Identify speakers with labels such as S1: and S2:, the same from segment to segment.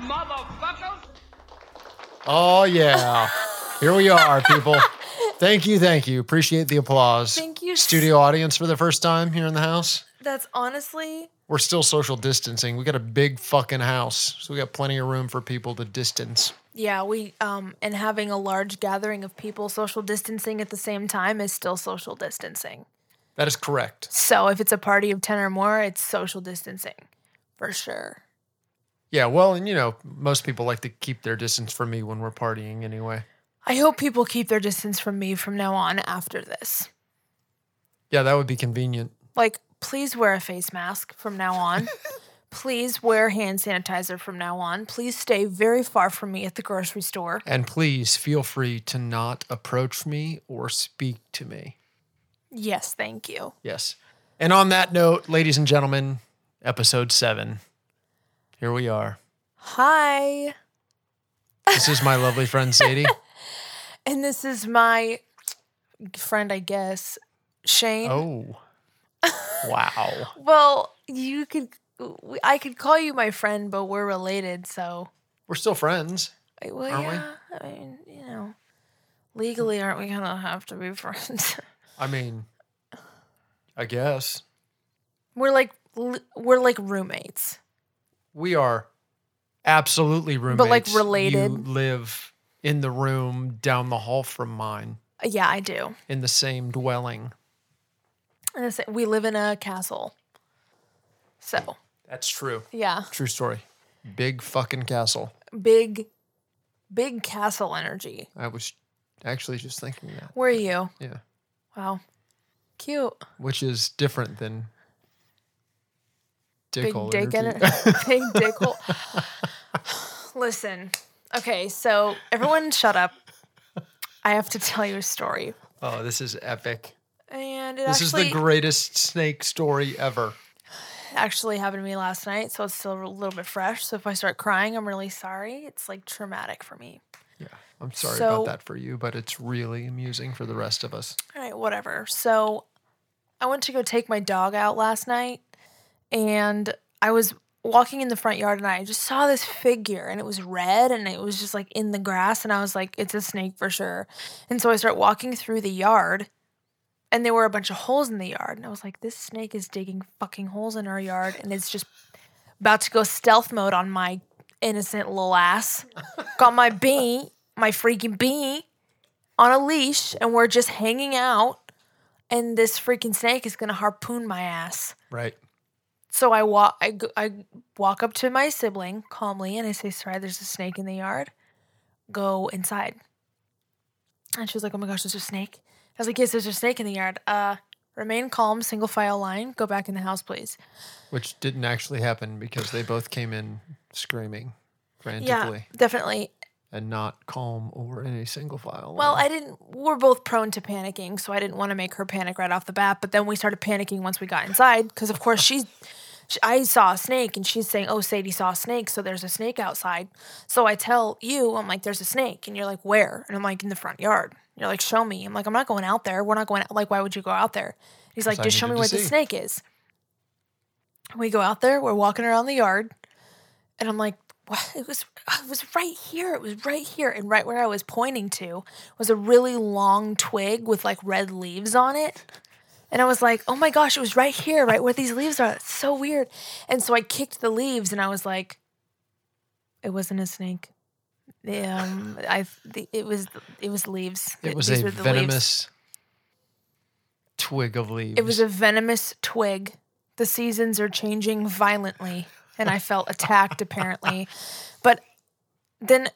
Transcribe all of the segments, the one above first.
S1: motherfuckers.
S2: Oh yeah. Here we are, people. Thank you, thank you. Appreciate the applause.
S3: Thank you.
S2: Studio audience for the first time here in the house.
S3: That's honestly
S2: We're still social distancing. We got a big fucking house, so we got plenty of room for people to distance.
S3: yeah, we um and having a large gathering of people social distancing at the same time is still social distancing.
S2: That is correct.
S3: So if it's a party of 10 or more, it's social distancing for sure.
S2: Yeah, well, and you know, most people like to keep their distance from me when we're partying anyway.
S3: I hope people keep their distance from me from now on after this.
S2: Yeah, that would be convenient.
S3: Like please wear a face mask from now on. please wear hand sanitizer from now on. Please stay very far from me at the grocery store.
S2: And please feel free to not approach me or speak to me.
S3: Yes, thank you.
S2: Yes. And on that note, ladies and gentlemen, episode seven. Here we are.
S3: Hi.
S2: This is my lovely friend Sadie.
S3: And this is my friend, I guess, Shane.
S2: Oh. Wow.
S3: Well, you could, we- I could call you my friend, but we're related, so.
S2: We're still friends.
S3: I- Well,
S2: Aren't we?
S3: yeah. I mean, you know, legally, aren't we gonna have to be friends?
S2: I mean, I guess
S3: we're like, l- we're like roommates.
S2: we are absolutely roommates.
S3: like,
S2: You
S3: related.
S2: live in the room down the hall from mine
S3: Uh, Yeah, I do.
S2: in the same dwelling.
S3: And it's- we live in a castle, so
S2: That's true.
S3: yeah,
S2: True story. Big fucking castle.
S3: big, big castle energy.
S2: I was actually just thinking that.
S3: Where are you?
S2: Yeah.
S3: Wow, cute.
S2: Which is different than
S3: big
S2: dickhole
S3: dick in it.
S2: energy.
S3: big dick hole. Listen, okay, so everyone shut up. I have to tell you a story.
S2: Oh, this is epic.
S3: And it
S2: This
S3: actually,
S2: is the greatest snake story ever.
S3: actually happened to me last night, so it's still a little bit fresh. So if I start crying, I'm really sorry. It's like traumatic for me.
S2: Yeah. I'm sorry
S3: So-
S2: about that for you, but it's really amusing for the rest of us.
S3: All right, whatever. So I went to go take my dog out last night and I was walking in the front yard and I just saw this figure and it was red and it was just like in the grass and I was like it's a snake for sure. And so I start walking through the yard and there were a bunch of holes in the yard and I was like this snake is digging fucking holes in our yard and it's just about to go stealth mode on my innocent little ass. Got my bee, my freaking bee on a leash and we're just hanging out and this freaking snake is gonna harpoon my ass
S2: Right.
S3: so i walk I, go- I walk up to my sibling calmly and i say sorry there's a snake in the yard go inside and she was like oh my gosh there's a snake i was like yes there's a snake in the yard uh remain calm single file line go back in the house please
S2: Which didn't actually happen because they both came in screaming
S3: yeah
S2: frantically
S3: definitely
S2: and not calm or in a single file.
S3: Well,
S2: line.
S3: I didn't. We're both prone to panicking, so I didn't want to make her panic right off the bat. But then we started panicking once we got inside, because of course she's. sh- I saw a snake, and she's saying, "Oh, Sadie saw a snake, so there's a snake outside." So I tell you, I'm like, "There's a snake," and you're like, "Where?" And I'm like, "In the front yard." And you're like, "Show me." I'm like, "I'm not going out there. We're not going. Out. Like, why would you go out there?" He's like,
S2: I
S3: "Just show me
S2: needed
S3: where
S2: to
S3: the
S2: see."
S3: snake is." We go out there. We're walking around the yard. And I'm like, what? It was, it was right here. It was right here. And right where I was pointing to was a really long twig with like red leaves on it. And I was like, oh my gosh, it was right here, right where these leaves are. That's so weird. And so I kicked the leaves and I was like, it wasn't a snake. The, Um, I the, it was it was leaves.
S2: it was
S3: These
S2: a
S3: were the leaves.
S2: venomous twig of leaves.
S3: It was a venomous twig. The seasons are changing violently, and I felt attacked apparently. But then,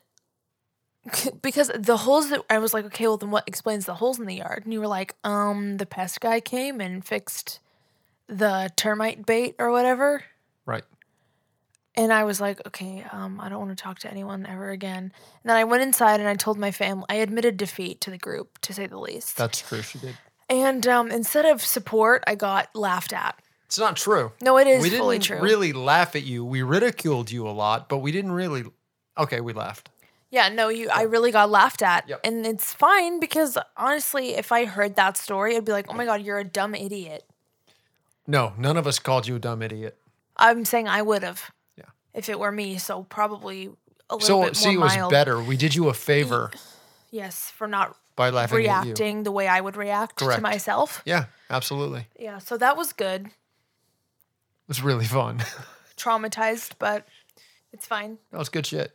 S3: because the holes that I was like, okay, well, then what explains the holes in the yard? And you were like, um, the pest guy came and fixed the termite bait or whatever.
S2: right.
S3: And I was like, okay, um, I don't want to talk to anyone ever again. And then I went inside and I told my family, I admitted defeat to the group, to say the least.
S2: That's true. She did.
S3: and um, instead of support, I got laughed at.
S2: It's not true.
S3: No, it is
S2: we didn't
S3: fully true.
S2: really laugh at you. We ridiculed you a lot, but we didn't really. Okay, we laughed.
S3: yeah, no, you. I really got laughed at,
S2: Yep.
S3: and it's fine because honestly, if I heard that story, I'd be like, "Oh my god, you're a dumb idiot."
S2: No, none of us called you a dumb idiot.
S3: I'm saying I would have,
S2: Yeah.
S3: if it were me. So probably a little
S2: So
S3: bit
S2: see, it
S3: more
S2: was
S3: mild.
S2: better. We did you a favor
S3: Yes, for not
S2: by laughing at you.
S3: reacting the way I would react
S2: Correct.
S3: to myself.
S2: Yeah, absolutely.
S3: Yeah, so that was good.
S2: It was really fun.
S3: Traumatized, but it's fine.
S2: that was good shit.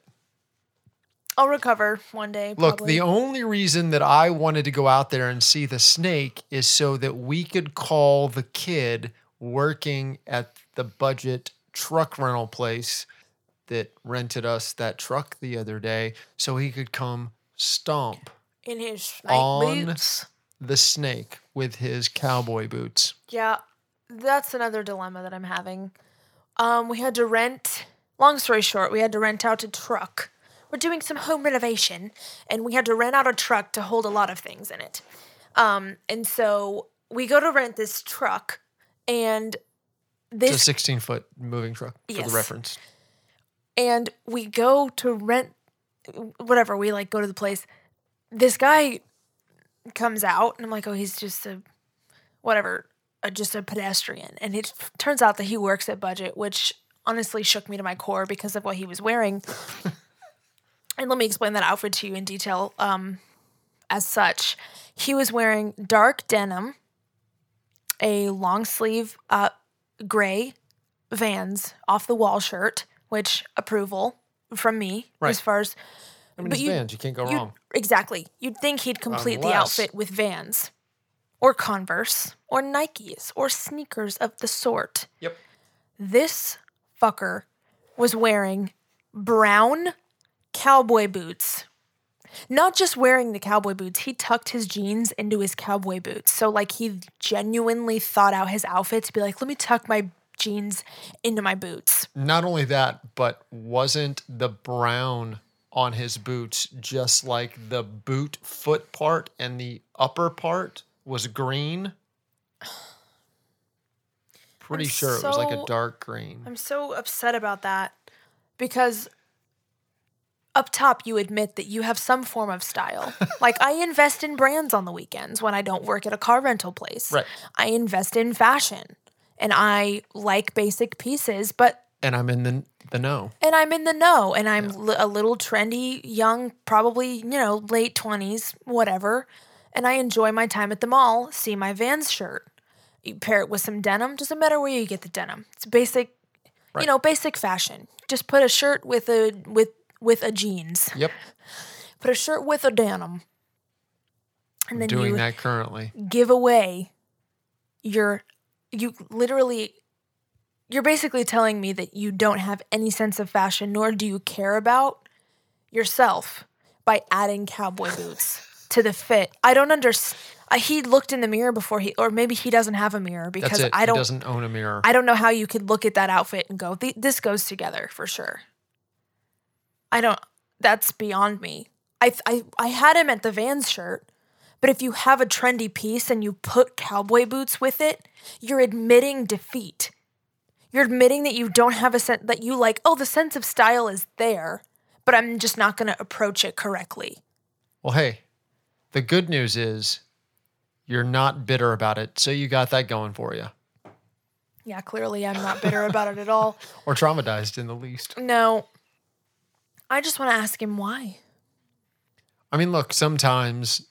S3: I'll recover one day.
S2: Look,
S3: probably.
S2: the only reason that I wanted to go out there and see the snake is so that we could call the kid working at the budget truck rental place that rented us that truck the other day so he could come stomp
S3: in his snake
S2: on-
S3: boots.
S2: the snake with his cowboy boots.
S3: Yeah, that's another dilemma that I'm having. Um, we had to rent. Long story short, we had to rent out a truck. We're doing some home renovation, and we had to rent out a truck to hold a lot of things in it. Um, and so we go to rent this truck, and
S2: It's a
S3: this
S2: 16 foot moving truck for
S3: Yes.
S2: the reference.
S3: and we go to rent whatever we like go to the place this guy comes out and i'm like oh he's just a whatever a, just a pedestrian and it turns out that he works at budget which honestly shook me to my core because of what he was wearing and let me explain that outfit to you in detail um, as such he was wearing dark denim a long sleeve uh, gray vans off the wall shirt which approval from me
S2: Right.
S3: as far as
S2: I mean,
S3: But
S2: it's
S3: you-
S2: vans. You can't go
S3: You'd-
S2: wrong.
S3: Exactly. You'd think he'd complete the
S2: Unless-
S3: outfit with Vans or Converse or Nikes or sneakers of the sort.
S2: Yep.
S3: This fucker was wearing brown cowboy boots. Not just wearing the cowboy boots, he tucked his jeans into his cowboy boots. So, like, he genuinely thought out his outfit to be like, let me tuck my jeans into my boots.
S2: Not only that, but wasn't the brown on his boots just like the boot foot part and the upper part was green? Pretty
S3: I'm
S2: sure it was like a
S3: so-
S2: dark green.
S3: I'm so upset about that because up top you admit that you have some form of style. like I invest in brands on the weekends when I don't work at a car rental place.
S2: Right.
S3: I invest in fashion and I like basic pieces, but
S2: and I'm in the the know.
S3: and I'm in the know and I'm li- a little trendy, young, probably, you know, late 20s, whatever. And I enjoy my time at the mall, see my Vans shirt. You pair it with some denim, doesn't matter where you get the denim. It's basic,
S2: Right.
S3: you know, basic fashion. Just put a shirt with a with with a jeans.
S2: Yep.
S3: Put a shirt with a denim. And
S2: I'm
S3: then
S2: doing
S3: you
S2: that currently.
S3: give away your you literally you're basically telling me that you don't have any sense of fashion nor do you care about yourself by adding cowboy boots to the fit i don't understand he looked in the mirror before he or maybe he doesn't have a mirror
S2: That's
S3: because
S2: it.
S3: i
S2: he
S3: don't
S2: doesn't own a mirror.
S3: i don't know how you could look at that outfit and go "Th- this goes together for sure i don't that's beyond me I, th- I i had him at the vans shirt but if you have a trendy piece and you put cowboy boots with it, you're admitting defeat. You're admitting that you don't have a sense that you like, oh, the sense of style is there, but I'm just not going to approach it correctly.
S2: well, hey, the good news is you're not bitter about it, so you got that going for you,
S3: Yeah, clearly I'm not bitter about it at all.
S2: or traumatized in the least.
S3: No. I just want to ask him why.
S2: I mean, look, sometimes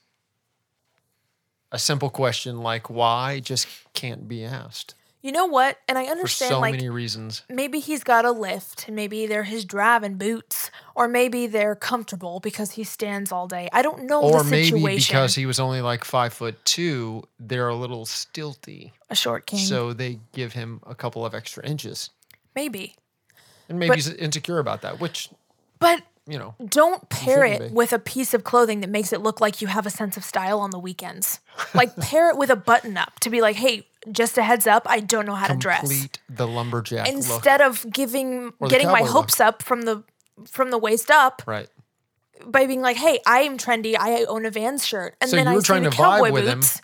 S2: a simple question like why just can't be asked
S3: You know what? And I
S2: for
S3: understand
S2: so
S3: like
S2: many reasons.
S3: maybe he's got a lift and maybe they're his driving boots or maybe they're comfortable because he stands all day. I don't know
S2: Or
S3: the situation.
S2: maybe because he was only like five foot two, they're a little stilty.
S3: a short king.
S2: So they give him a couple of extra inches.
S3: maybe.
S2: And maybe
S3: But-
S2: he's insecure about that, which,
S3: But
S2: you know,
S3: don't pair
S2: shouldn't
S3: it
S2: be.
S3: with a piece of clothing that makes it look like you have a sense of style on the weekends. Like pair it with a button up to be like, hey, just a heads up, I don't know how to dress.
S2: complete the lumberjack look.
S3: Instead of giving
S2: Or the
S3: getting my
S2: cowboy look.
S3: hopes up from the from the waist up
S2: Right.
S3: by being like, hey, I am trendy, I own a Vans shirt. And
S2: So
S3: then
S2: you
S3: I
S2: were
S3: see
S2: trying
S3: the
S2: to vibe
S3: cowboy
S2: with him.
S3: boots.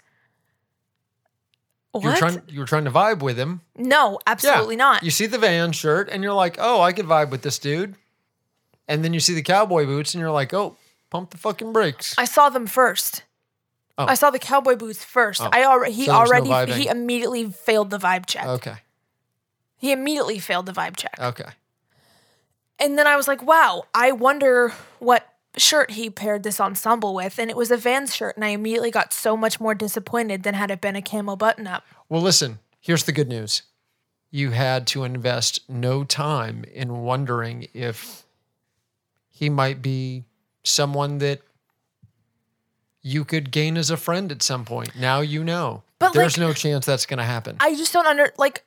S2: You were,
S3: What?
S2: trying, you were trying to vibe with him.
S3: no, absolutely not.
S2: You see the van shirt and you're like, oh, I could vibe with this dude. And then you see the cowboy boots and you're like, oh, pump the fucking brakes.
S3: I saw them first.
S2: Oh.
S3: I saw the cowboy boots first. I already he
S2: So there's no
S3: already
S2: vibing.
S3: he immediately failed the vibe check.
S2: okay. Oh.
S3: He immediately failed the vibe check.
S2: Okay.
S3: And then I was like, wow, I wonder what shirt he paired this ensemble with. And it was a Vans shirt. And I immediately got so much more disappointed than had it been a camo button up.
S2: Well, listen, here's the good news. You had to invest no time in wondering if he might be someone that you could gain as a friend at some point. Now you know.
S3: But,
S2: there's
S3: like-
S2: no chance that's going to happen.
S3: I just don't under, like,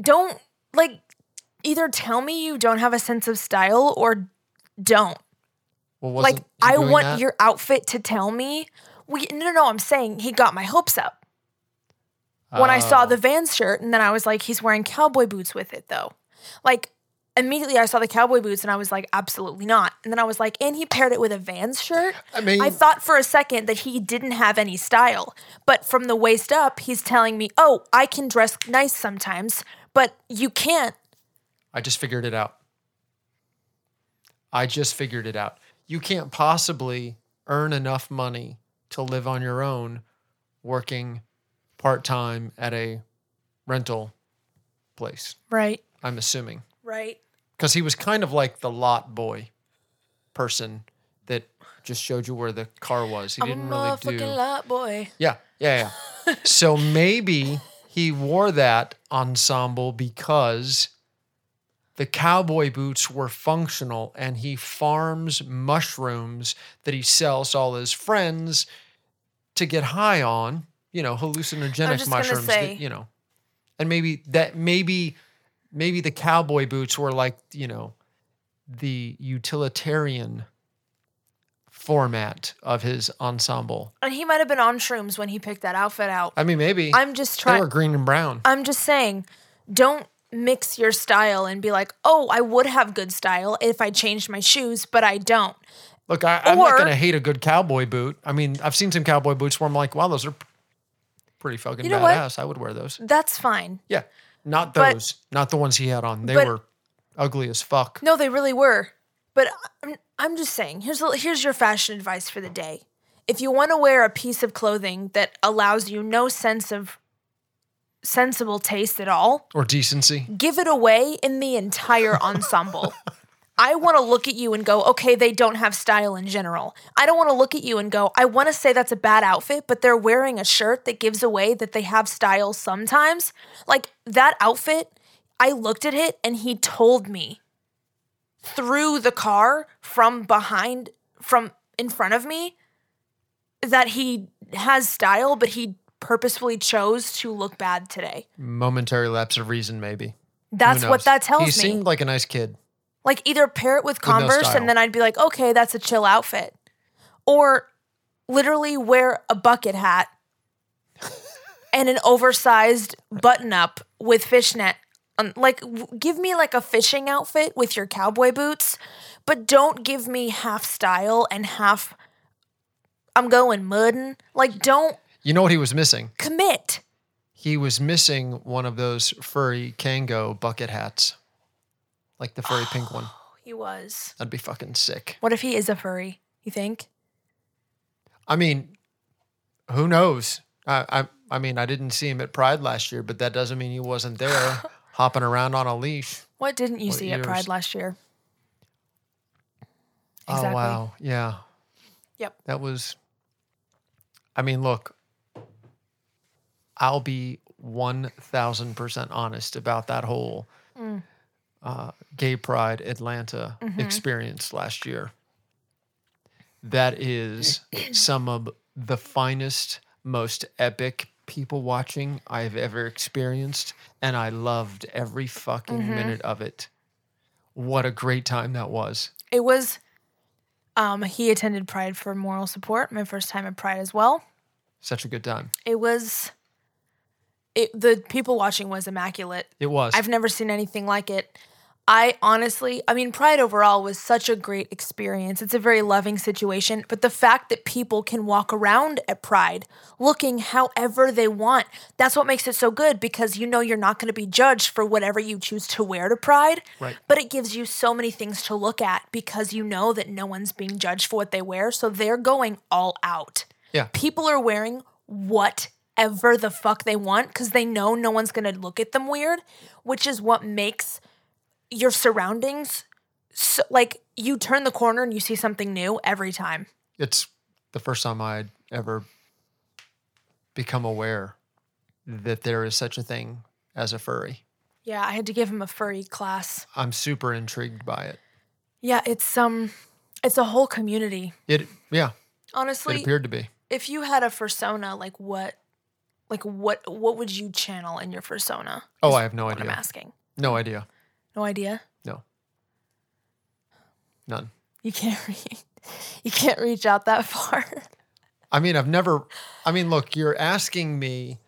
S3: don't, like, either tell me you don't have a sense of style or don't.
S2: well,
S3: like,
S2: wasn't he
S3: I
S2: doing
S3: want
S2: that?
S3: your outfit to tell me. We, no, no, no, I'm saying he got my hopes up. when I saw
S2: Oh.
S3: the Vans shirt, and then I was like, he's wearing cowboy boots with it though. Like immediately I saw the cowboy boots and I was like, absolutely not. And then I was like, and he paired it with a Vans shirt.
S2: Oh. I mean,
S3: I thought for a second that he didn't have any style, but from the waist up, he's telling me, oh, I can dress nice sometimes, but you can't.
S2: I just figured it out. I just figured it out. You can't possibly earn enough money to live on your own working part time at a rental place,
S3: Right,
S2: I'm assuming.
S3: right.
S2: Because he was kind of like the lot boy person that just showed you where the car was. He didn't really do.
S3: motherfucking lot boy.
S2: Yeah, yeah, yeah. so maybe he wore that ensemble because the cowboy boots were functional and he farms mushrooms that he sells to all his friends to get high on, you know, hallucinogenic
S3: just gonna
S2: mushrooms
S3: say-
S2: that, you know. And maybe that maybe maybe the cowboy boots were like, you know, the utilitarian format of his ensemble.
S3: And he might have been on shrooms when he picked that outfit out.
S2: I mean, maybe
S3: I'm just
S2: they
S3: trying.
S2: were green and brown.
S3: I'm just saying, don't mix your style and be like, oh, I would have good style if I changed my shoes, but I don't.
S2: Look, I, I'm not
S3: or-
S2: gonna hate a good cowboy boot. I mean, I've seen some cowboy boots where I'm like, wow, those are p- pretty fucking
S3: You know what?
S2: badass. I would wear those.
S3: That's fine.
S2: Yeah, not
S3: But-
S2: those, not the ones he had on. They
S3: but-
S2: were ugly as fuck.
S3: No, they really were. But I'm, I'm just saying, here's, a- here's your fashion advice for the day. If you want to wear a piece of clothing that allows you no sense of sensible taste at all,
S2: Or decency.
S3: give it away in the entire ensemble. I want to look at you and go, okay, they don't have style in general. I don't want to look at you and go, I want to say that's a bad outfit, but they're wearing a shirt that gives away that they have style sometimes. Like that outfit, I looked at it and he told me through the car from behind, from in front of me, that he has style, but he purposefully chose to look bad today.
S2: Momentary lapse of reason, maybe. Who
S3: That's
S2: knows?
S3: what that tells
S2: he
S3: me.
S2: seemed like a nice kid.
S3: Like either pair it with
S2: no
S3: Converse
S2: style.
S3: and then I'd be like, okay, that's a chill outfit. Or literally wear a bucket hat and an oversized button up with fishnet. Um, like, w- give me like a fishing outfit with your cowboy boots, but don't give me half style and half. I'm going muddin. Like, don't
S2: You know what he was missing?
S3: commit.
S2: He was missing one of those furry Kango bucket hats, like the furry pink one.
S3: He was.
S2: That'd be fucking sick.
S3: What if he is a furry? You think?
S2: I mean, who knows? I, I I mean, I didn't see him at Pride last year, but that doesn't mean he wasn't there hopping around on a leash.
S3: What didn't you
S2: What
S3: see at
S2: years?
S3: Pride last year?
S2: Oh wow, yeah.
S3: Yep.
S2: That was. I mean, look. I'll be one thousand percent honest about that whole uh, Gay Pride Atlanta experience last year. That is some of the finest, most epic people watching I've ever experienced, and I loved every fucking minute of it. What a great time that was!
S3: It was. Um, he attended Pride for moral support. My first time at Pride as well.
S2: Such a good time.
S3: It was. It the people watching was immaculate.
S2: It was.
S3: I've never seen anything like it. I honestly, I mean, Pride overall was such a great experience. It's a very loving situation, but the fact that people can walk around at Pride looking however they want, that's what makes it so good because you know you're not going to be judged for whatever you choose to wear to Pride.
S2: Right.
S3: But it gives you so many things to look at because you know that no one's being judged for what they wear. So they're going all out
S2: yeah.
S3: people are wearing whatever the fuck they want because they know no one's gonna look at them weird, which is what makes your surroundings so, like you turn the corner and you see something new every time.
S2: It's the first time I'd ever become aware that there is such a thing as a furry.
S3: Yeah, I had to give him a furry class.
S2: I'm super intrigued by it.
S3: Yeah, it's um it's a whole community.
S2: It yeah, it
S3: Honestly,
S2: appeared to be.
S3: if you had a persona, like what like what what would you channel in your persona?
S2: Oh,
S3: Is
S2: I have no
S3: what I'm
S2: idea.
S3: asking.
S2: No idea.
S3: No idea.
S2: None.
S3: You can't read. You can't reach out that far.
S2: I mean, I've never I mean, look, you're asking me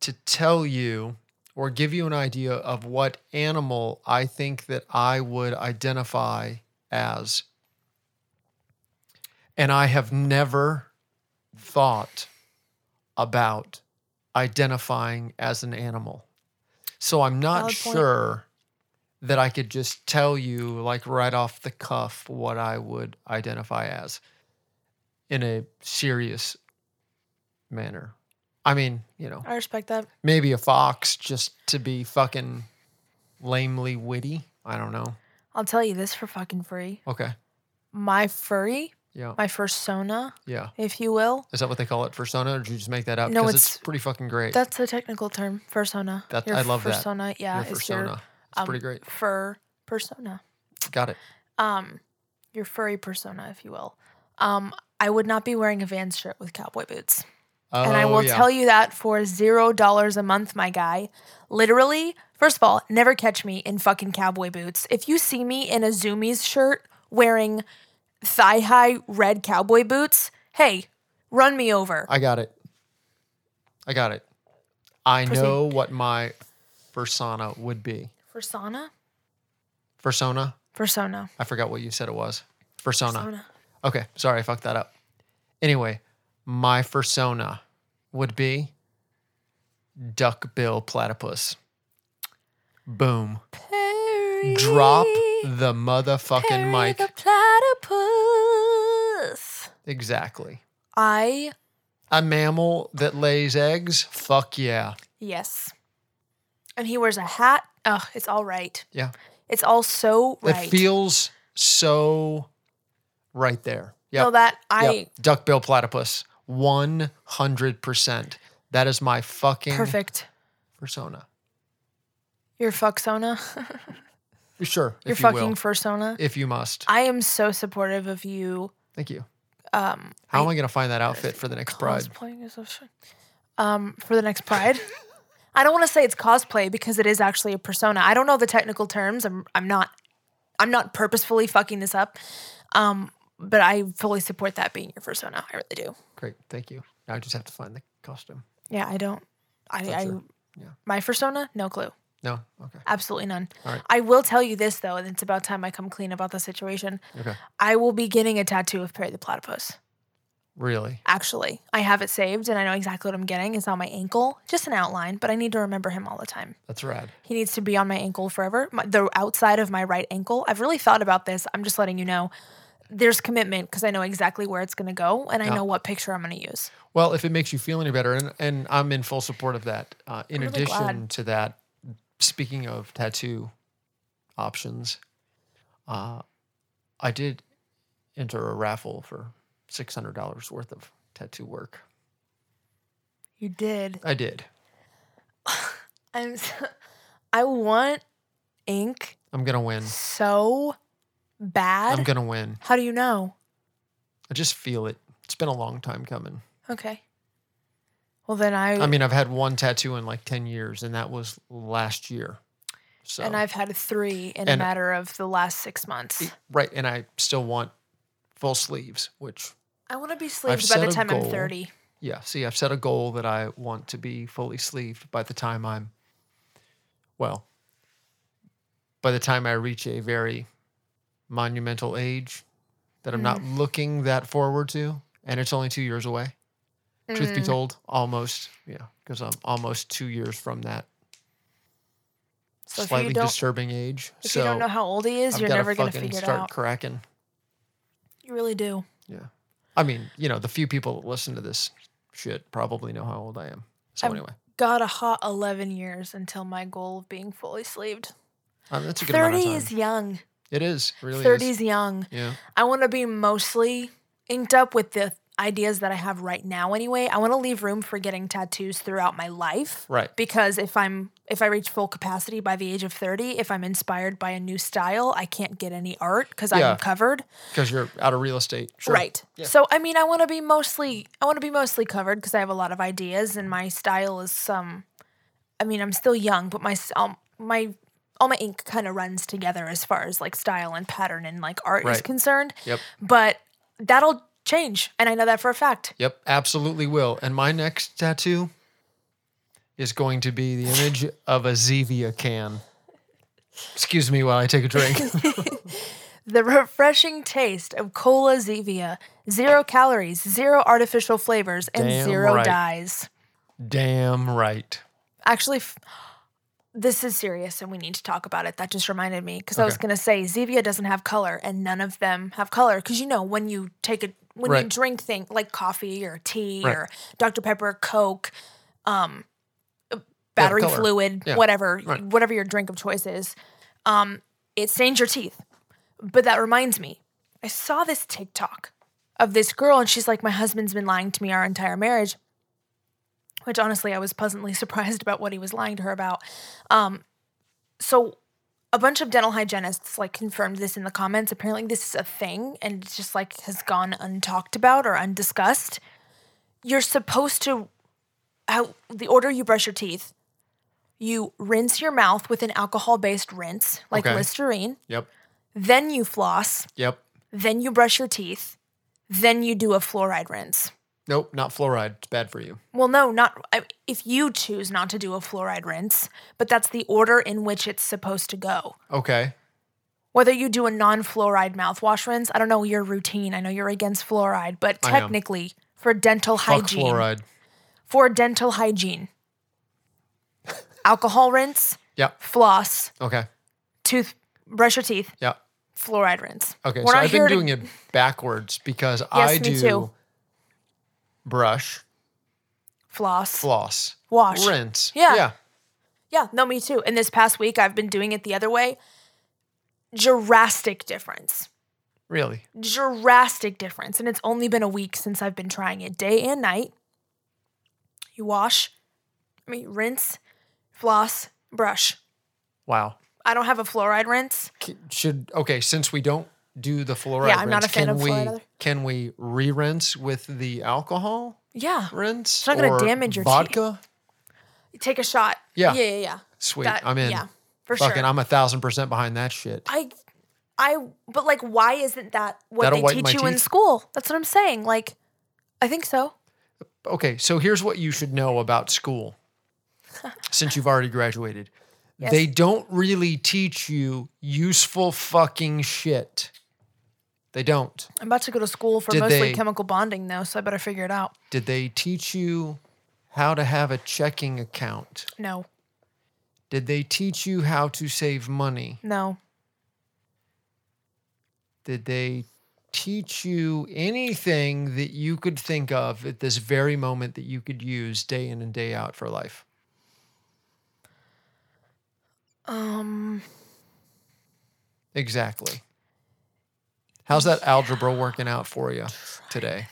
S2: to tell you or give you an idea of what animal I think that I would identify as. And I have never thought about identifying as an animal. So I'm not
S3: Valid point.
S2: sure that I could just tell you, like right off the cuff, what I would identify as in a serious manner. I mean, you know,
S3: I respect that.
S2: maybe a fox just to be fucking lamely witty. I don't know.
S3: I'll tell you this for fucking free.
S2: Okay.
S3: My furry,
S2: Yeah.
S3: my fursona,
S2: Yeah.
S3: if you will.
S2: Is that what they call it, persona, or did you just make that up?
S3: No,
S2: Because it's,
S3: it's-
S2: pretty fucking great.
S3: That's the technical term, fursona.
S2: That- I love that.
S3: fursona, that. yeah,
S2: your
S3: is
S2: persona.
S3: your
S2: it's
S3: um,
S2: pretty great.
S3: fur persona.
S2: Got it.
S3: Um, your furry persona, if you will. Um, I would not be wearing a Vans shirt with cowboy boots.
S2: Oh,
S3: and I will
S2: yeah.
S3: tell you that for zero dollars a month, my guy. Literally, first of all, never catch me in fucking cowboy boots. If you see me in a Zoomies shirt wearing thigh high red cowboy boots, hey, run me over.
S2: I got it. I got it. I
S3: Proceed.
S2: know what my persona would be.
S3: Persona?
S2: Persona?
S3: Persona.
S2: I forgot what you said it was. Persona.
S3: Persona.
S2: Okay. Sorry, I fucked that up. Anyway, my persona would be duckbill platypus. Boom.
S3: Perry.
S2: Drop the motherfucking
S3: Perry
S2: mic.
S3: The platypus.
S2: Exactly.
S3: I,
S2: A mammal that lays eggs? Fuck yeah.
S3: yes. And he wears a hat. Ugh, it's all right.
S2: Yeah.
S3: It's all so right.
S2: It feels so right there.
S3: No,
S2: Yeah.
S3: that I
S2: Duckbill platypus. 100%. That is my fucking
S3: perfect.
S2: persona.
S3: Your fucksona.
S2: Sure.
S3: Your
S2: if you
S3: fucking
S2: will.
S3: fursona.
S2: if you must.
S3: I am so supportive of you.
S2: Thank you.
S3: Um
S2: How
S3: I-
S2: am I going to find that outfit for the next pride?
S3: cosplaying is a sh- um for the next pride. I don't want to say it's cosplay because it is actually a persona. I don't know the technical terms. I'm I'm not I'm not purposefully fucking this up. Um but I fully support that being your persona. I really do.
S2: Great. Thank you. Now I just have to find the costume.
S3: Yeah, I don't I,
S2: Not
S3: I
S2: sure. Yeah.
S3: my persona, no clue.
S2: No? Okay.
S3: Absolutely none.
S2: All right.
S3: I will tell you this though, and it's about time I come clean about the situation.
S2: Okay.
S3: I will be getting a tattoo of Perry the Platypus.
S2: Really?
S3: Actually, I have it saved and I know exactly what I'm getting. It's on my ankle, just an outline, but I need to remember him all the time.
S2: That's rad.
S3: He needs to be on my ankle forever. My, the outside of my right ankle. I've really thought about this. I'm just letting you know there's commitment because I know exactly where it's going to go and I
S2: Yeah.
S3: know what picture I'm going to use.
S2: Well, if it makes you feel any better, and, and I'm in full support of that. Uh, in
S3: really
S2: addition
S3: glad.
S2: to that, speaking of tattoo options, uh, I did enter a raffle for $600 worth of tattoo work.
S3: You did.
S2: I did.
S3: I'm so, I want ink
S2: I'm going to win.
S3: so bad.
S2: I'm going to win.
S3: How do you know?
S2: I just feel it. It's been a long time coming.
S3: Okay. Well, then
S2: I mean, I've had one tattoo in like 10 years, and that was last year. So,
S3: And I've had three in a
S2: Oh. And-
S3: matter of the last six months.
S2: e, right. And I still want full sleeves, which,
S3: I want to be sleeved
S2: set
S3: by
S2: a
S3: the time I'm
S2: goal.
S3: 30.
S2: yeah, see, I've set a goal that I want to be fully sleeved by the time I'm, well, by the time I reach a very monumental age that I'm not
S3: Mm.
S2: looking that forward to. And it's only two years away. Truth be
S3: Mm,
S2: told, almost, yeah, because I'm almost two years from that
S3: so if
S2: slightly
S3: you don't,
S2: disturbing age.
S3: if
S2: so
S3: you don't know how old he is,
S2: I've
S3: you're
S2: gotta
S3: never going to
S2: fucking
S3: figure it
S2: start
S3: out.
S2: cracking.
S3: You really do.
S2: Yeah. I mean, you know, the few people that listen to this shit probably know how old I am. So
S3: I'm-
S2: anyway,
S3: Got a hot 11 years until my goal of being fully sleeved.
S2: um, that's a good
S3: 30
S2: amount of
S3: is
S2: time.
S3: young.
S2: It is really is.
S3: 30s young.
S2: Yeah.
S3: I want to be mostly inked up with the ideas that I have right now anyway. I want to leave room for getting tattoos throughout my life
S2: Right.
S3: because if I'm if I reach full capacity by the age of 30, if I'm inspired by a new style, I can't get any art cuz
S2: Yeah.
S3: I'm covered.
S2: Because you're out of real estate. Sure.
S3: Right. So I mean, I want to be mostly I want to be mostly covered because I have a lot of ideas and my style is some. I mean, I'm still young, but my s- um, my all my ink kind of runs together as far as like style and pattern and like art is
S2: Right.
S3: concerned.
S2: Yep.
S3: But that'll change, and I know that for a fact.
S2: Yep, absolutely will. And my next tattoo is going to be the image of a Zevia can. Excuse me while I take a drink.
S3: The refreshing taste of Cola Zevia, zero calories, zero artificial flavors, and
S2: Damn
S3: zero
S2: right.
S3: dyes.
S2: Damn right.
S3: Actually, f- this is serious and we need to talk about it. That just reminded me because I was
S2: Okay.
S3: going to say Zevia doesn't have color and none of them have color because you know when you take a when you
S2: Right.
S3: drink thing like coffee or tea
S2: Right.
S3: or Dr Pepper, Coke, um uh, battery
S2: color.
S3: fluid,
S2: Yeah.
S3: whatever
S2: Right.
S3: whatever your drink of choice is, um it stains your teeth. But that reminds me. I saw this TikTok of this girl and she's like my husband's been lying to me our entire marriage which honestly I was pleasantly surprised about what he was lying to her about. Um, so a bunch of dental hygienists like confirmed this in the comments. Apparently, this is a thing, and it's just like has gone untalked about or undiscussed. You're supposed to, how the order you brush your teeth, you rinse your mouth with an alcohol-based rinse like
S2: Okay.
S3: Listerine,
S2: Yep.
S3: then you floss,
S2: Yep.
S3: then you brush your teeth, then you do a fluoride rinse.
S2: Nope, not fluoride. It's bad for you.
S3: Well, no, not I- if you choose not to do a fluoride rinse, but that's the order in which it's supposed to go.
S2: Okay.
S3: Whether you do a non fluoride mouthwash rinse, I don't know your routine. I know you're against fluoride, but
S2: I am.
S3: technically, for dental
S2: Fuck
S3: hygiene,
S2: fluoride.
S3: for dental hygiene, alcohol rinse,
S2: Yep.
S3: floss,
S2: Okay.
S3: tooth, brush your teeth,
S2: Yep.
S3: fluoride rinse.
S2: Okay.
S3: We're
S2: so
S3: not
S2: I've
S3: here
S2: been
S3: to-
S2: doing it backwards because I
S3: me
S2: do
S3: too.
S2: brush,
S3: Floss,
S2: floss,
S3: wash.
S2: rinse.
S3: Yeah.
S2: Yeah.
S3: Yeah, no, me too. And this past week, I've been doing it the other way. Drastic difference.
S2: Really.
S3: drastic difference. And it's only been a week since I've been trying it day and night. You wash, I mean, rinse, floss, brush.
S2: Wow.
S3: I don't have a fluoride rinse.
S2: C- Should okay, since we don't do the fluoride
S3: Yeah, I'm not
S2: rinse,
S3: a fan
S2: can
S3: of
S2: we
S3: fluoride either.
S2: can we re-rinse with the alcohol?
S3: Yeah.
S2: rinse. It's
S3: not gonna damage your teeth.
S2: vodka.
S3: You take a shot.
S2: Yeah.
S3: Yeah, yeah, yeah.
S2: Sweet,
S3: That-
S2: I'm in.
S3: Yeah, for
S2: Fucking,
S3: sure.
S2: I'm a thousand percent behind that shit.
S3: I, I, but like, why isn't that what
S2: That'll
S3: they
S2: whiten
S3: teach
S2: my
S3: you in
S2: teeth?
S3: school? That's what I'm saying. Like, I think so.
S2: Okay, so here's what you should know about school, since you've already graduated.
S3: Yes.
S2: They don't really teach you useful fucking shit. They don't.
S3: I'm about to go to school for
S2: Did
S3: mostly
S2: they-
S3: chemical bonding, though, so I better figure it out.
S2: Did they teach you how to have a checking account?
S3: No,
S2: Did they teach you how to save money?
S3: no.
S2: Did they teach you anything that you could think of at this very moment that you could use day in and day out for life?
S3: Um,
S2: Exactly. How's that algebra working out for you today?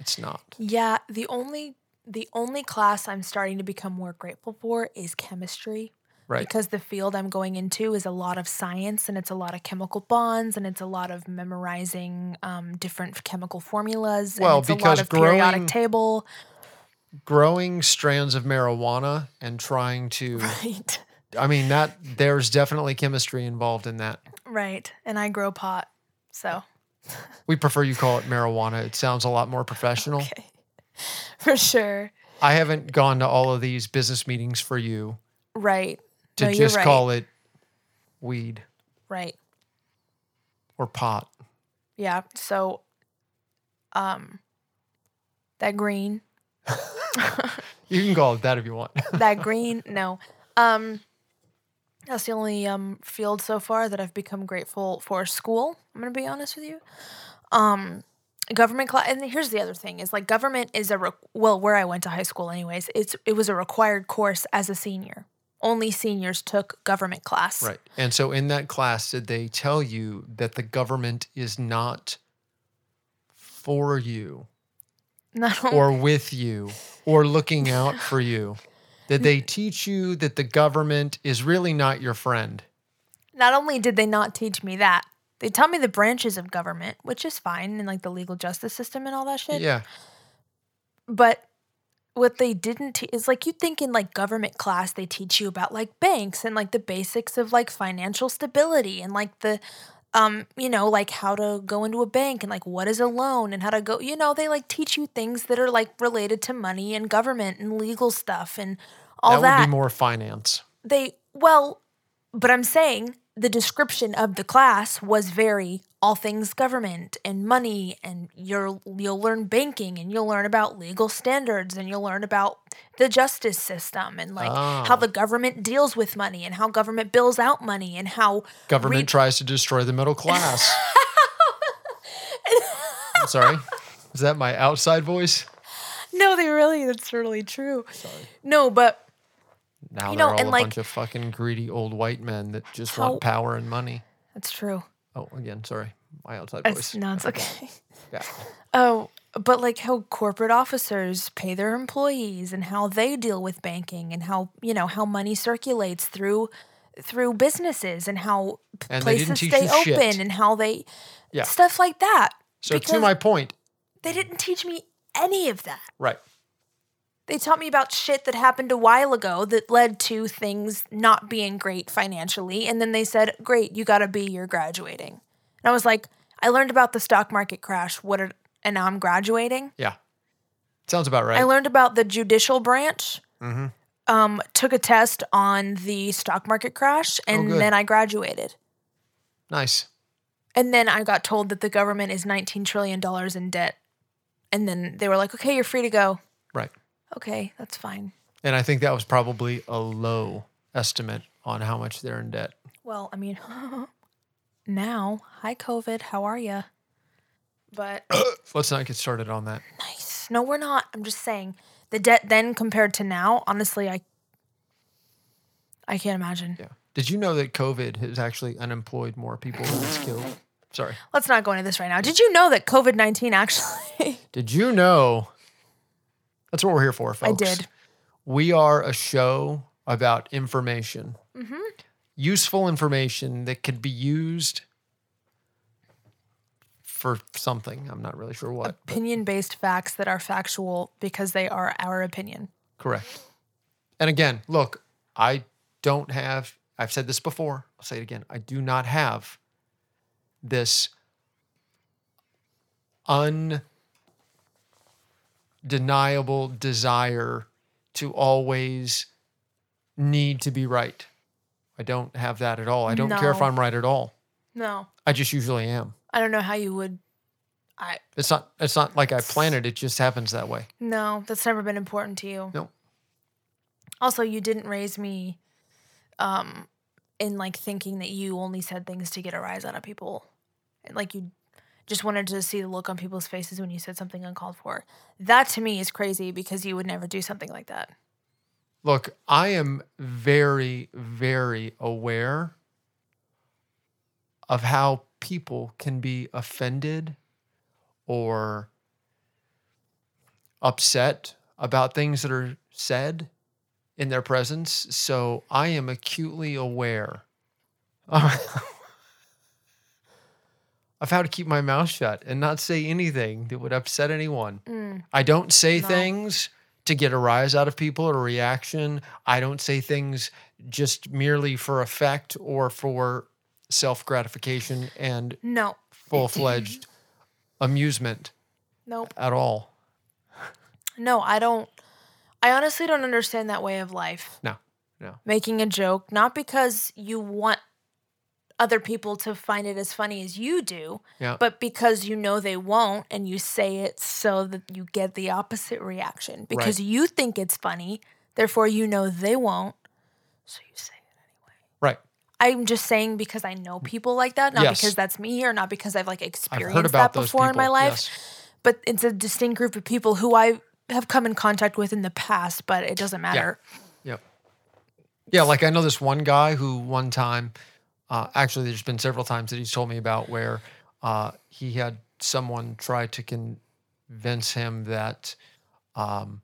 S2: It's not.
S3: Yeah, the only the only class I'm starting to become more grateful for is chemistry
S2: Right.
S3: because the field I'm going into is a lot of science and it's a lot of chemical bonds and it's a lot of memorizing um, different chemical formulas
S2: Well,
S3: and it's
S2: because
S3: a lot of periodic
S2: growing-
S3: table.
S2: Growing strands of marijuana and trying to
S3: Right.
S2: I mean that there's definitely chemistry involved in that.
S3: Right. And I grow pot. So,
S2: We prefer you call it marijuana. It sounds a lot more professional.
S3: okay. For sure.
S2: I haven't gone to all of these business meetings for you
S3: Right.
S2: to
S3: no,
S2: just
S3: you're right.
S2: call it weed
S3: right.
S2: or pot.
S3: Yeah. So um that green
S2: You can call it that if you want.
S3: that green no um that's the only um field so far that i've become grateful for school i'm gonna be honest with you um government class and here's the other thing is like government is a re- well where i went to high school anyways it's it was a required course as a senior only seniors took government class.
S2: Right. And so in that class, did they tell you that the government is not for you
S3: Not only,
S2: or with you or looking out for you? Did they teach you that the government is really not your friend?
S3: not only did they not teach me that, they taught me the branches of government, which is fine, and like the legal justice system and all that shit.
S2: Yeah.
S3: But what they didn't te- is like you think in like government class they teach you about like banks and like the basics of like financial stability and like the um you know like how to go into a bank and like what is a loan and how to go you know they like teach you things that are like related to money and government and legal stuff and all
S2: that,
S3: that,
S2: would be more finance.
S3: they well but i'm saying the description of the class was very all things government and money and you're you'll learn banking and you'll learn about legal standards and you'll learn about the justice system and like how
S2: Ah.
S3: the government deals with money and how government bills out money and how
S2: Government tries to destroy the middle class. I'm sorry. Is that my outside voice?
S3: no they really that's really true no but
S2: Now
S3: You
S2: they're
S3: know,
S2: all
S3: and
S2: a
S3: like-
S2: bunch of fucking greedy old white men that just
S3: How-
S2: want power and money.
S3: that's true
S2: Oh, again, sorry. My outside
S3: It's-
S2: voice.
S3: no it's okay
S2: Yeah.
S3: Oh, but like how corporate officers pay their employees and how they deal with banking and how, you know, how money circulates through through businesses and how p-
S2: And they didn't
S3: places
S2: teach
S3: stay
S2: you shit.
S3: open and how they
S2: Yeah. Mm-hmm.
S3: stuff like that.
S2: So to
S3: because
S2: my point,
S3: they didn't teach me any of that.
S2: right.
S3: They taught me about shit that happened a while ago that led to things not being great financially. And then they said, Great, you got a B, you're graduating. And I was like, I learned about the stock market crash. What are, and now I'm graduating.
S2: Yeah. Sounds about right.
S3: I learned about the judicial branch.
S2: Mhm.
S3: Um, took a test on the stock market crash, and
S2: Oh, good.
S3: then I graduated.
S2: nice.
S3: And then I got told that the government is nineteen trillion dollars in debt. And then they were like, "Okay, you're free to go."
S2: Right.
S3: Okay, that's fine.
S2: And I think that was probably a low estimate on how much they're in debt.
S3: Well, I mean, now, hi COVID, how are you? But
S2: Let's not get started on that.
S3: nice. No, we're not. I'm just saying the debt then compared to now. Honestly, I I can't imagine.
S2: Yeah. Did you know that COVID has actually unemployed more people than it's killed? Sorry.
S3: Let's not go into this right now. Did you know that COVID 19 actually?
S2: Did you know? That's what we're here for,
S3: I
S2: folks.
S3: did.
S2: We are a show about information, useful information that could be used for something. I'm not really sure what. but
S3: Opinion based facts that are factual because they are our opinion.
S2: Correct. And again, look, I don't have, I've said this before, I'll say it again. I do not have this undeniable desire to always need to be right. I don't have that at all. I don't care if
S3: No.
S2: I'm right at all.
S3: No,
S2: I just usually am.
S3: I don't know how you would. I
S2: It's not it's not like I planned it, it just happens that way.
S3: no, that's never been important to you.
S2: No.
S3: Also, you didn't raise me, um, in like thinking that you only said things to get a rise out of people, and like you just wanted to see the look on people's faces when you said something uncalled for. That to me is crazy because you would never do something like that.
S2: Look, I am very, very aware of how people can be offended or upset about things that are said in their presence. So I am acutely aware of how to keep my mouth shut and not say anything that would upset anyone.
S3: Mm.
S2: I don't say
S3: No.
S2: things to get a rise out of people or a reaction. I don't say things just merely for effect or for self gratification and
S3: No,
S2: full fledged amusement
S3: nope.
S2: at all.
S3: No, I don't. I honestly don't understand that way of life.
S2: No, no.
S3: Making a joke, not because you want other people to find it as funny as you do,
S2: Yeah.
S3: but because you know they won't and you say it so that you get the opposite reaction because you think it's funny, therefore you know they won't. So you say it
S2: right.
S3: anyway. I'm just saying because I know people like that, not
S2: Yes.
S3: because that's me or not because I've like
S2: I've
S3: experienced
S2: heard about
S3: that
S2: those
S3: before
S2: people.
S3: in my life
S2: Yes.
S3: but it's a distinct group of people who I have come in contact with in the past, but it doesn't matter.
S2: Yep. Yeah, like I know this one guy who one time, uh, actually, there's been several times that he's told me about where uh, he had someone try to convince him that um,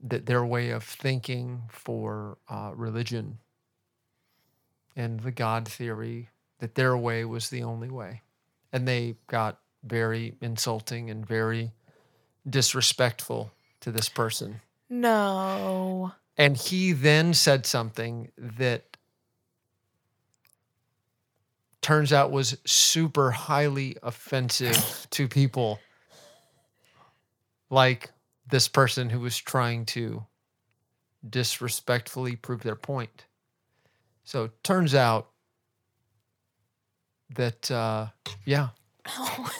S2: that their way of thinking for uh, religion and the God theory that their way was the only way, and they got very insulting and very disrespectful to this person.
S3: No.
S2: And he then said something that turns out was super highly offensive to people like this person who was trying to disrespectfully prove their point. So turns out that, uh, yeah.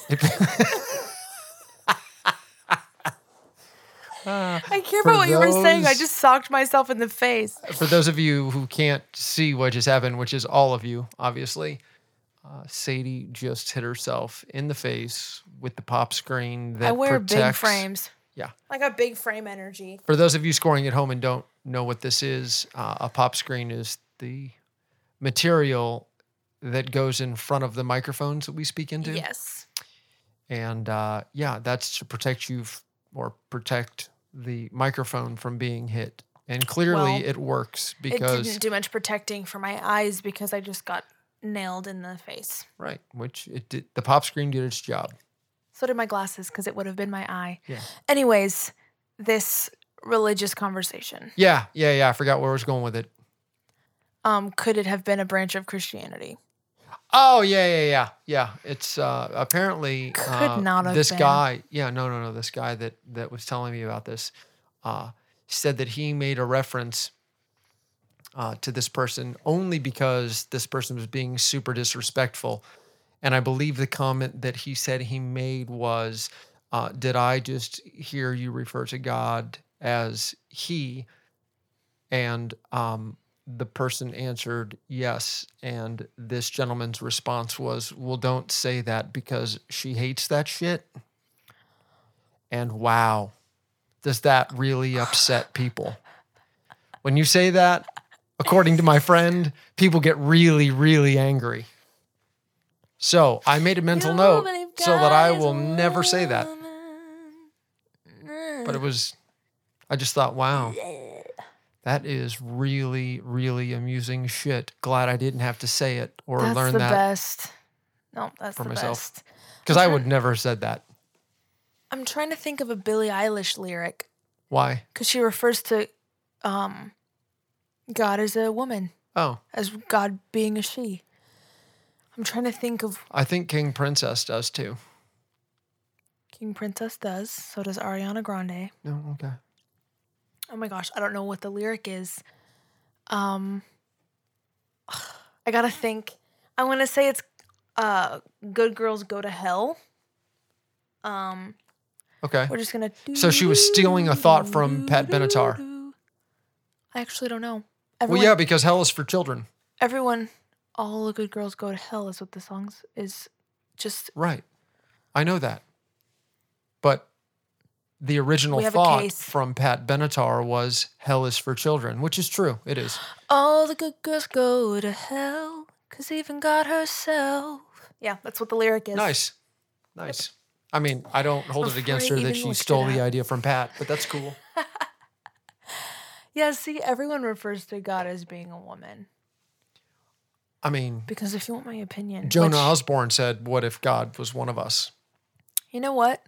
S2: Uh,
S3: I care
S2: For
S3: about what you were saying. I
S2: those-
S3: just socked myself in the face.
S2: for those of you who can't see what just happened, which is all of you, obviously, uh, Sadie just hit herself in the face with the pop screen that
S3: I wear big
S2: protects-
S3: frames.
S2: Yeah.
S3: I got big frame energy.
S2: For those of you scoring at home and don't know what this is, uh, a pop screen is the material that goes in front of the microphones that we speak into.
S3: Yes.
S2: And uh, yeah, that's to protect you f- or protect the microphone from being hit. And clearly
S3: Well,
S2: it works
S3: it
S2: because
S3: didn't do much protecting for my eyes because I just got nailed in the face.
S2: right, which it did, the pop screen did its job.
S3: So did my glasses because it would have been my eye.
S2: Yeah.
S3: Anyways, this religious conversation.
S2: Yeah, yeah, yeah. I forgot where I was going with it.
S3: Um, could it have been a branch of Christianity?
S2: Oh yeah, yeah, yeah, yeah. It's uh, apparently
S3: Could
S2: uh,
S3: not have
S2: this
S3: been.
S2: guy. Yeah, no, no, no. This guy that that was telling me about this uh, said that he made a reference uh, to this person only because this person was being super disrespectful, and I believe the comment that he said he made was, uh, "Did I just hear you refer to God as He?" And um, the person answered yes. And this gentleman's response was, Well, don't say that because she hates that shit. And wow, does that really upset people? When you say that, according to my friend, people get really, really angry. So I made a mental
S3: You
S2: note
S3: believe
S2: so that I
S3: God is
S2: will never say that.
S3: woman.
S2: But it was, I just thought, wow. That is really, really amusing shit. Glad I didn't have to say it or
S3: that's
S2: learn
S3: the
S2: that
S3: best. No, that's
S2: for
S3: the
S2: myself.
S3: best.
S2: because I would never have said that.
S3: I'm trying to think of a Billie Eilish lyric
S2: Why?
S3: because she refers to um, God as a woman,
S2: Oh,
S3: as God being a she. I'm trying to think of
S2: I think King Princess does too.
S3: King Princess does. So does Ariana Grande.
S2: No, okay.
S3: Oh my gosh, I don't know what the lyric is. Um, I gotta think. I want to say it's uh, "Good girls go to hell." Um,
S2: Okay.
S3: we're just gonna.
S2: So she was stealing a thought from Pat Benatar.
S3: I actually don't know.
S2: Well,
S3: Everyone,
S2: yeah, because hell is for children.
S3: everyone, all the good girls go to hell is what the songs is. Just
S2: Right. I know that. But the original
S3: have a
S2: thought
S3: case.
S2: from Pat Benatar was hell is for children, which is true. It is.
S3: all the good girls go to hell, cause even God herself. Yeah, that's what the lyric is.
S2: Nice. Nice. I mean, I don't hold it
S3: Before
S2: against
S3: I
S2: her that
S3: even
S2: she
S3: looked it
S2: stole the
S3: up.
S2: idea from Pat, but that's cool.
S3: Yeah, see, everyone refers to God as being a woman.
S2: I mean,
S3: Because if you want my opinion,
S2: Jonah
S3: which-
S2: Osborne said, What if God was one of us?
S3: you know what?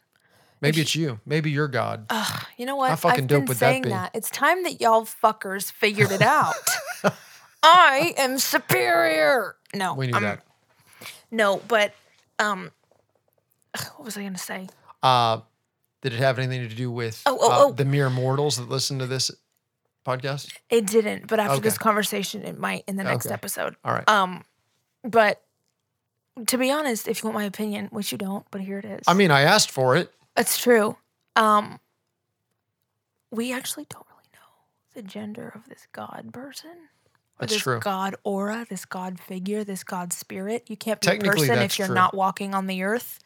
S2: Maybe it's you. Maybe you're God.
S3: Ugh, you know what?
S2: How fucking
S3: I've
S2: dope
S3: been
S2: would that
S3: saying
S2: be?
S3: It's time that y'all fuckers figured it out. I am superior. No,
S2: we knew
S3: Oh, I'm-
S2: that.
S3: No, but um, ugh, what was I gonna say?
S2: Uh, did it have anything to do with
S3: Oh, oh,
S2: uh,
S3: oh.
S2: the mere mortals that listen to this podcast?
S3: It didn't, but after this
S2: Okay.
S3: conversation, it might in the next
S2: Okay.
S3: episode.
S2: All right.
S3: Um, but to be honest, if you want my opinion, which you don't, but here it is.
S2: I mean, I asked for it.
S3: That's true. Um, we actually don't really know the gender of this God person. or
S2: That's
S3: this
S2: true.
S3: God aura, this God figure, this God spirit. You can't be a
S2: Technically,
S3: person
S2: that's
S3: if you're
S2: true.
S3: not walking on the earth.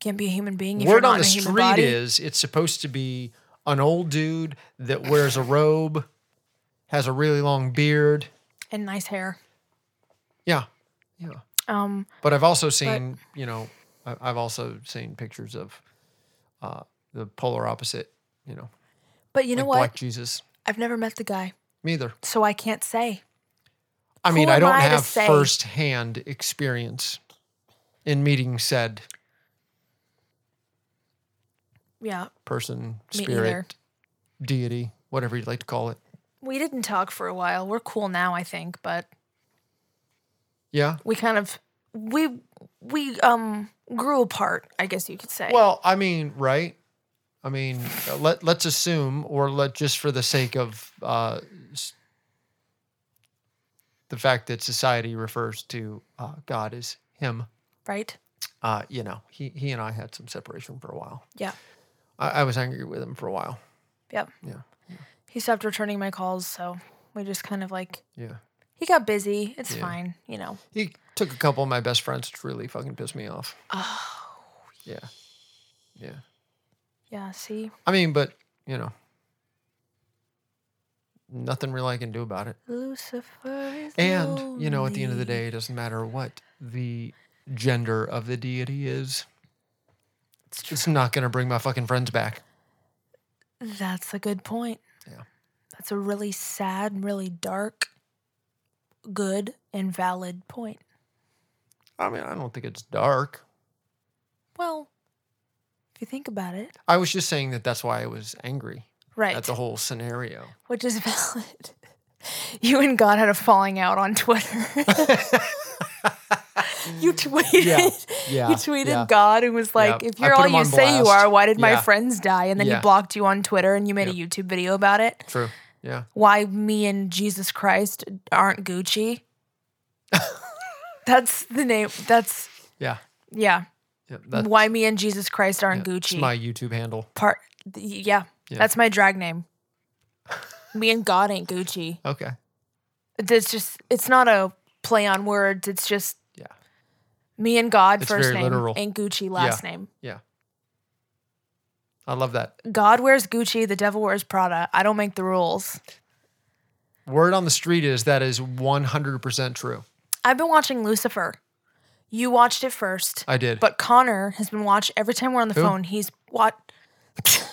S3: Can't be a human being if you're
S2: Word
S3: not
S2: on the
S3: in a human
S2: street
S3: body.
S2: is it's supposed to be an old dude that wears a robe, has a really long beard.
S3: and nice hair.
S2: Yeah, yeah.
S3: Um,
S2: But I've also seen, you know, I- I've also seen pictures of uh, the polar opposite. You know,
S3: but you know
S2: like
S3: what?
S2: Black Jesus.
S3: I've never met the guy,
S2: Me either.
S3: so I can't say.
S2: I mean,
S3: Who
S2: I
S3: am
S2: don't
S3: I to
S2: have
S3: say?
S2: firsthand experience in meeting said
S3: Yeah,
S2: person,
S3: me either.
S2: spirit, deity, whatever you'd like to call it.
S3: We didn't talk for a while. We're cool now, I think, but
S2: Yeah.
S3: we kind of we we um grew apart, I guess you could say.
S2: Well, I mean, right? I mean, uh, let let's assume, or let just for the sake of uh, s- the fact that society refers to uh, God as Him.
S3: right?
S2: Uh, you know, he he and I had some separation for a while.
S3: Yeah.
S2: I, I was angry with him for a while.
S3: Yep.
S2: Yeah.
S3: He stopped returning my calls, so we just kind of like
S2: Yeah.
S3: he got busy. It's
S2: Yeah.
S3: fine, you know.
S2: He took a couple of my best friends, which really fucking pissed me off.
S3: Oh,
S2: Yeah. Yeah.
S3: yeah, see.
S2: I mean, but you know, nothing really I can do about it.
S3: Lucifer is Oh,
S2: And, you know, at the end of the
S3: lonely.
S2: day, it doesn't matter what the gender of the deity is,
S3: It's true.
S2: it's not going to bring my fucking friends back.
S3: That's a good point.
S2: Yeah.
S3: That's a really sad, and really dark, good, and valid point.
S2: I mean, I don't think it's dark.
S3: Well, if you think about it,
S2: I was just saying that that's why I was angry
S3: right,
S2: at the whole scenario.
S3: which is valid. You and God had a falling out on Twitter. you tweeted,
S2: yeah,
S3: you tweeted
S2: yeah.
S3: God and was like,
S2: Yeah,
S3: "If
S2: I
S3: you're
S2: put
S3: all
S2: him
S3: you
S2: on
S3: say you
S2: blast.
S3: are, why did my
S2: Yeah.
S3: friends die?" And then
S2: Yeah.
S3: he blocked you on Twitter, and you made a YouTube video about it.
S2: True. Yeah.
S3: why me and Jesus Christ aren't Gucci. that's the name. That's
S2: Yeah.
S3: yeah.
S2: yeah that-
S3: why me and Jesus Christ aren't
S2: yeah, It's
S3: Gucci.
S2: my YouTube handle.
S3: part. th- Yeah,
S2: Yeah.
S3: that's my drag name. me and God ain't Gucci.
S2: Okay.
S3: It's just. It's not a play on words. It's just
S2: Yeah.
S3: me and God
S2: It's
S3: first
S2: very
S3: name
S2: literal.
S3: and Gucci last name.
S2: Yeah. I love that.
S3: God wears Gucci. The devil wears Prada. I don't make the rules.
S2: Word on the street is that is 100% true.
S3: I've been watching Lucifer. You watched it first.
S2: I did.
S3: But Connor has been watching every time we're on the
S2: Who?
S3: phone. He's what?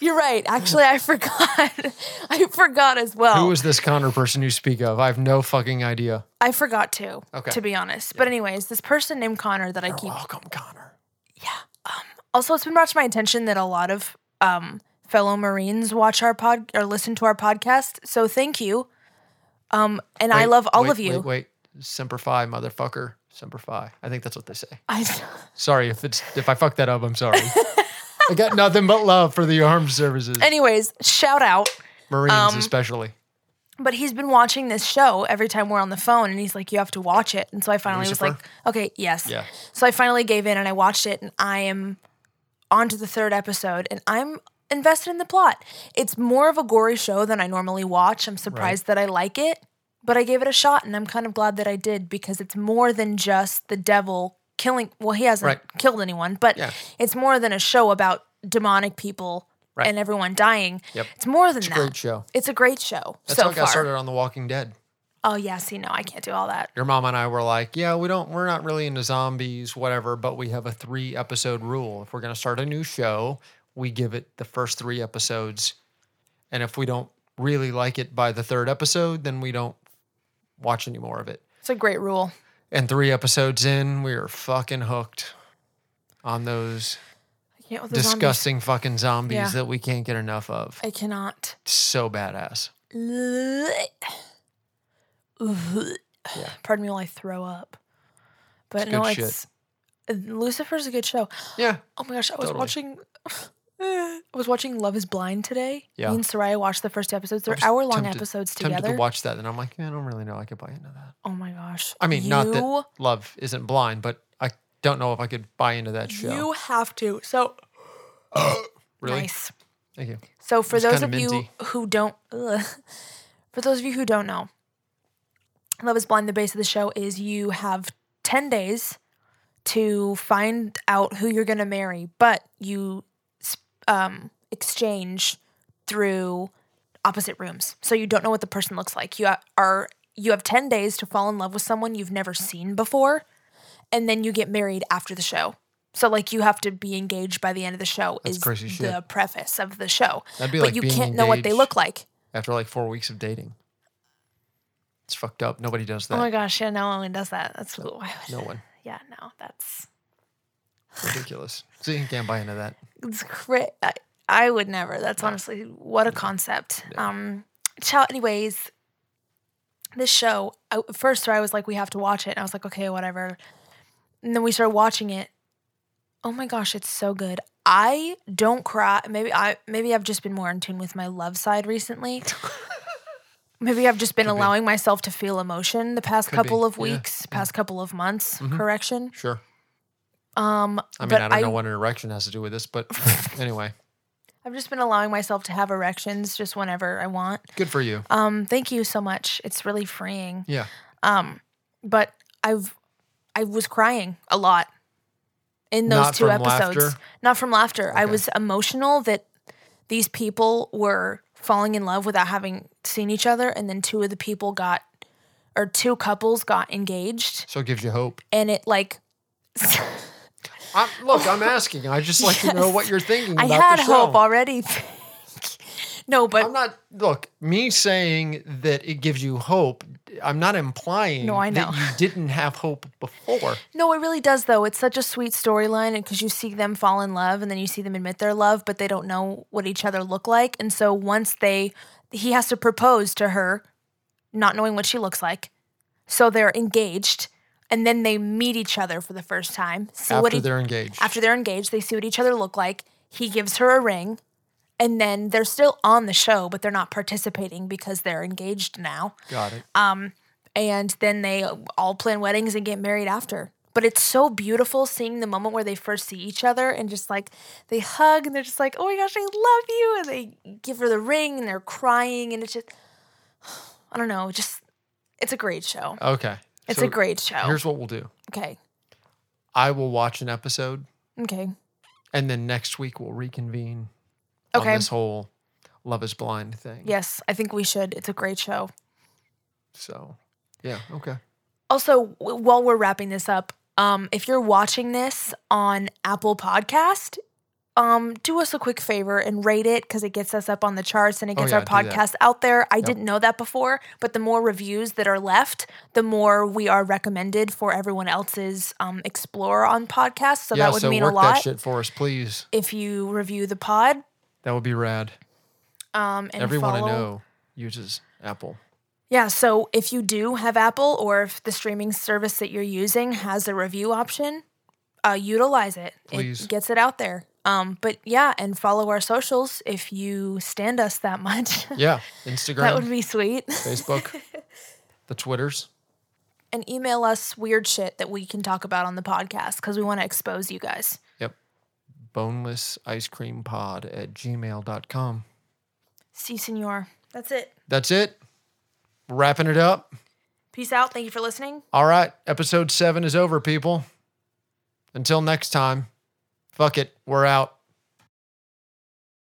S3: You're right. Actually, I forgot. I forgot as well.
S2: who is this Connor person you speak of? I have no fucking idea.
S3: I forgot too.
S2: Okay.
S3: To be honest, but anyways, this person named Connor that I keep.
S2: Welcome, Connor.
S3: Also, it's been brought to my attention that a lot of um, fellow Marines watch our pod or listen to our podcast. So thank you. Um, and I
S2: Wait,
S3: love all
S2: wait,
S3: of you.
S2: Wait, wait. Semper Fi, motherfucker. Semper Fi. I think that's what they say.
S3: I,
S2: Sorry if it's if I fuck that up. I'm sorry. I got nothing but love for the armed services,
S3: anyways, shout out.
S2: Marines
S3: um,
S2: especially.
S3: But he's been watching this show every time we're on the phone, and he's like, "You have to watch it." And so I finally was
S2: Lucifer?
S3: like, "Okay, yes."
S2: Yeah.
S3: So I finally gave in and I watched it, and I am on to the third episode, and I'm invested in the plot. It's more of a gory show than I normally watch. I'm surprised that I like it, but I gave it a shot, and I'm kind of glad that I did because it's more than just the devil killing. Well, he hasn't
S2: Right.
S3: killed anyone, but
S2: Yeah.
S3: it's more than a show about demonic people
S2: Right.
S3: and everyone dying.
S2: Yep.
S3: It's more than that.
S2: Great show.
S3: It's a great show
S2: That's
S3: so
S2: how I got
S3: far.
S2: started on The Walking Dead.
S3: Oh yeah, see, no, I can't do all that.
S2: Your mom and I were like, yeah, we don't we're not really into zombies, whatever, but we have a three episode rule. If we're gonna start a new show, we give it the first three episodes. And if we don't really like it by the third episode, then we don't watch any more of it.
S3: It's a great rule.
S2: And three episodes in, we are fucking hooked on those
S3: I can't with the zombies.
S2: disgusting fucking zombies
S3: Yeah.
S2: that we can't get enough of.
S3: I cannot.
S2: So badass.
S3: Pardon me while I throw up. But
S2: It's
S3: no,
S2: good
S3: it's Lucifer's a good show.
S2: Yeah.
S3: Oh my gosh, I was
S2: Totally.
S3: watching. I was watching Love Is Blind today.
S2: Yeah.
S3: Me and Soraya watched the first episodes. They're
S2: was
S3: hour long
S2: tempted-
S3: episodes
S2: Tempted to
S3: together.
S2: watch that, and I'm like, yeah, I don't really know I could buy into that.
S3: oh my gosh.
S2: I mean, not
S3: You-
S2: that love isn't blind, but I don't know if I could buy into that show.
S3: You have to. So
S2: really?
S3: nice.
S2: Thank you.
S3: So for
S2: It's
S3: those of
S2: kinda minty.
S3: you who don't, ugh. for those of you who don't know, Love Is Blind. The base of the show is you have ten days to find out who you're going to marry, but you s- um, exchange through opposite rooms. So you don't know what the person looks like. You are you have 10 days to fall in love with someone you've never seen before and then you get married after the show. So like you have to be engaged by the end of the show
S2: That's
S3: is
S2: crazy shit.
S3: the preface of the show.
S2: That'd be
S3: But
S2: like
S3: you
S2: being
S3: can't know what they
S2: engaged
S3: look like.
S2: after like four weeks of dating. It's fucked up. Nobody does that.
S3: Oh my gosh, yeah, no one does that. That's why would-
S2: no one.
S3: Yeah, no, that's
S2: Ridiculous. So you can't buy into that.
S3: it's cra- I, I would never. That's honestly what a concept. Um, child. Anyways, this show. I, at first, I was like, we have to watch it. And I was like, okay, whatever. And then we started watching it. Oh my gosh, it's so good. I don't cry. Maybe I maybe I've just been more in tune with my love side recently. maybe I've just been
S2: Could be.
S3: allowing myself to feel emotion the past
S2: Could be,
S3: couple of
S2: yeah,
S3: weeks,
S2: yeah.
S3: past couple of months.
S2: Mhm.
S3: Correction.
S2: Sure.
S3: Um,
S2: I mean,
S3: but
S2: I don't know what an erection has to do with this, but anyway,
S3: I've just been allowing myself to have erections just whenever I want.
S2: good for you.
S3: Um, thank you so much. It's really freeing.
S2: Yeah.
S3: Um, but I've I was crying a lot in those
S2: Not
S3: two
S2: from
S3: episodes.
S2: laughter?
S3: Not from laughter. I
S2: Okay.
S3: was emotional that these people were falling in love without having seen each other, and then two of the people got or two couples got engaged,
S2: So it gives you hope.
S3: and it like
S2: i look, I'm asking. I just like to know what you're thinking
S3: I
S2: about
S3: had
S2: the show.
S3: hope already. no, but
S2: I'm not. Look, me saying that it gives you hope. I'm not implying
S3: No, I know.
S2: that you didn't have hope before.
S3: No, it really does though. It's such a sweet storyline because you see them fall in love and then you see them admit their love, but they don't know what each other look like. And so once they he has to propose to her, not knowing what she looks like. So they're engaged and then they meet each other for the first time. See what
S2: after
S3: each
S2: they're engaged,
S3: after they're engaged, they see what each other look like. He gives her a ring and then they're still on the show, but they're not participating because they're Um, engaged now
S2: got it.
S3: and then they all plan weddings and get married after. But it's so beautiful seeing the moment where they first see each other and just like they hug and they're just like, oh my gosh, I love you. And they give her the ring and they're crying. And it's just, I don't know, just, it's a great show.
S2: Okay,
S3: It's
S2: so
S3: a great show.
S2: Here's what we'll do.
S3: Okay.
S2: I will watch an episode,
S3: Okay.
S2: and then next week we'll reconvene
S3: Okay.
S2: on this whole Love Is Blind thing.
S3: Yes, I think we should. It's a great show.
S2: So, yeah. Okay.
S3: Also, w- while we're wrapping this up, um, if you're watching this on Apple Podcast, um, do us a quick favor and rate it because it gets us up on the charts and it
S2: Oh,
S3: gets
S2: yeah,
S3: our
S2: do that.
S3: podcast out there. I didn't know that before, but the more reviews that are left, the more we are recommended for everyone else's um, Explorer on podcast. So
S2: yeah.
S3: that would
S2: so
S3: mean a
S2: work that
S3: lot
S2: shit for us, please.
S3: if you review the pod
S2: That would be rad.
S3: um, and
S2: Everyone
S3: follow.
S2: I know uses Apple.
S3: Yeah, so if you do have Apple or if the streaming service that you're using has a review option, uh, utilize it.
S2: Please.
S3: It gets it out there. Um, but yeah, and follow our socials if you stand us that much.
S2: Yeah.
S3: that
S2: Instagram,
S3: would be sweet.
S2: Facebook, the Twitters.
S3: and email us weird shit that we can talk about on the podcast because we want to expose you guys.
S2: Yep. Boneless ice cream pod at gmail.com.
S3: See, senor. That's it.
S2: That's it. Wrapping it up.
S3: Peace out. Thank you for listening.
S2: All right. Episode seven is over, people. Until next time, fuck it. We're out.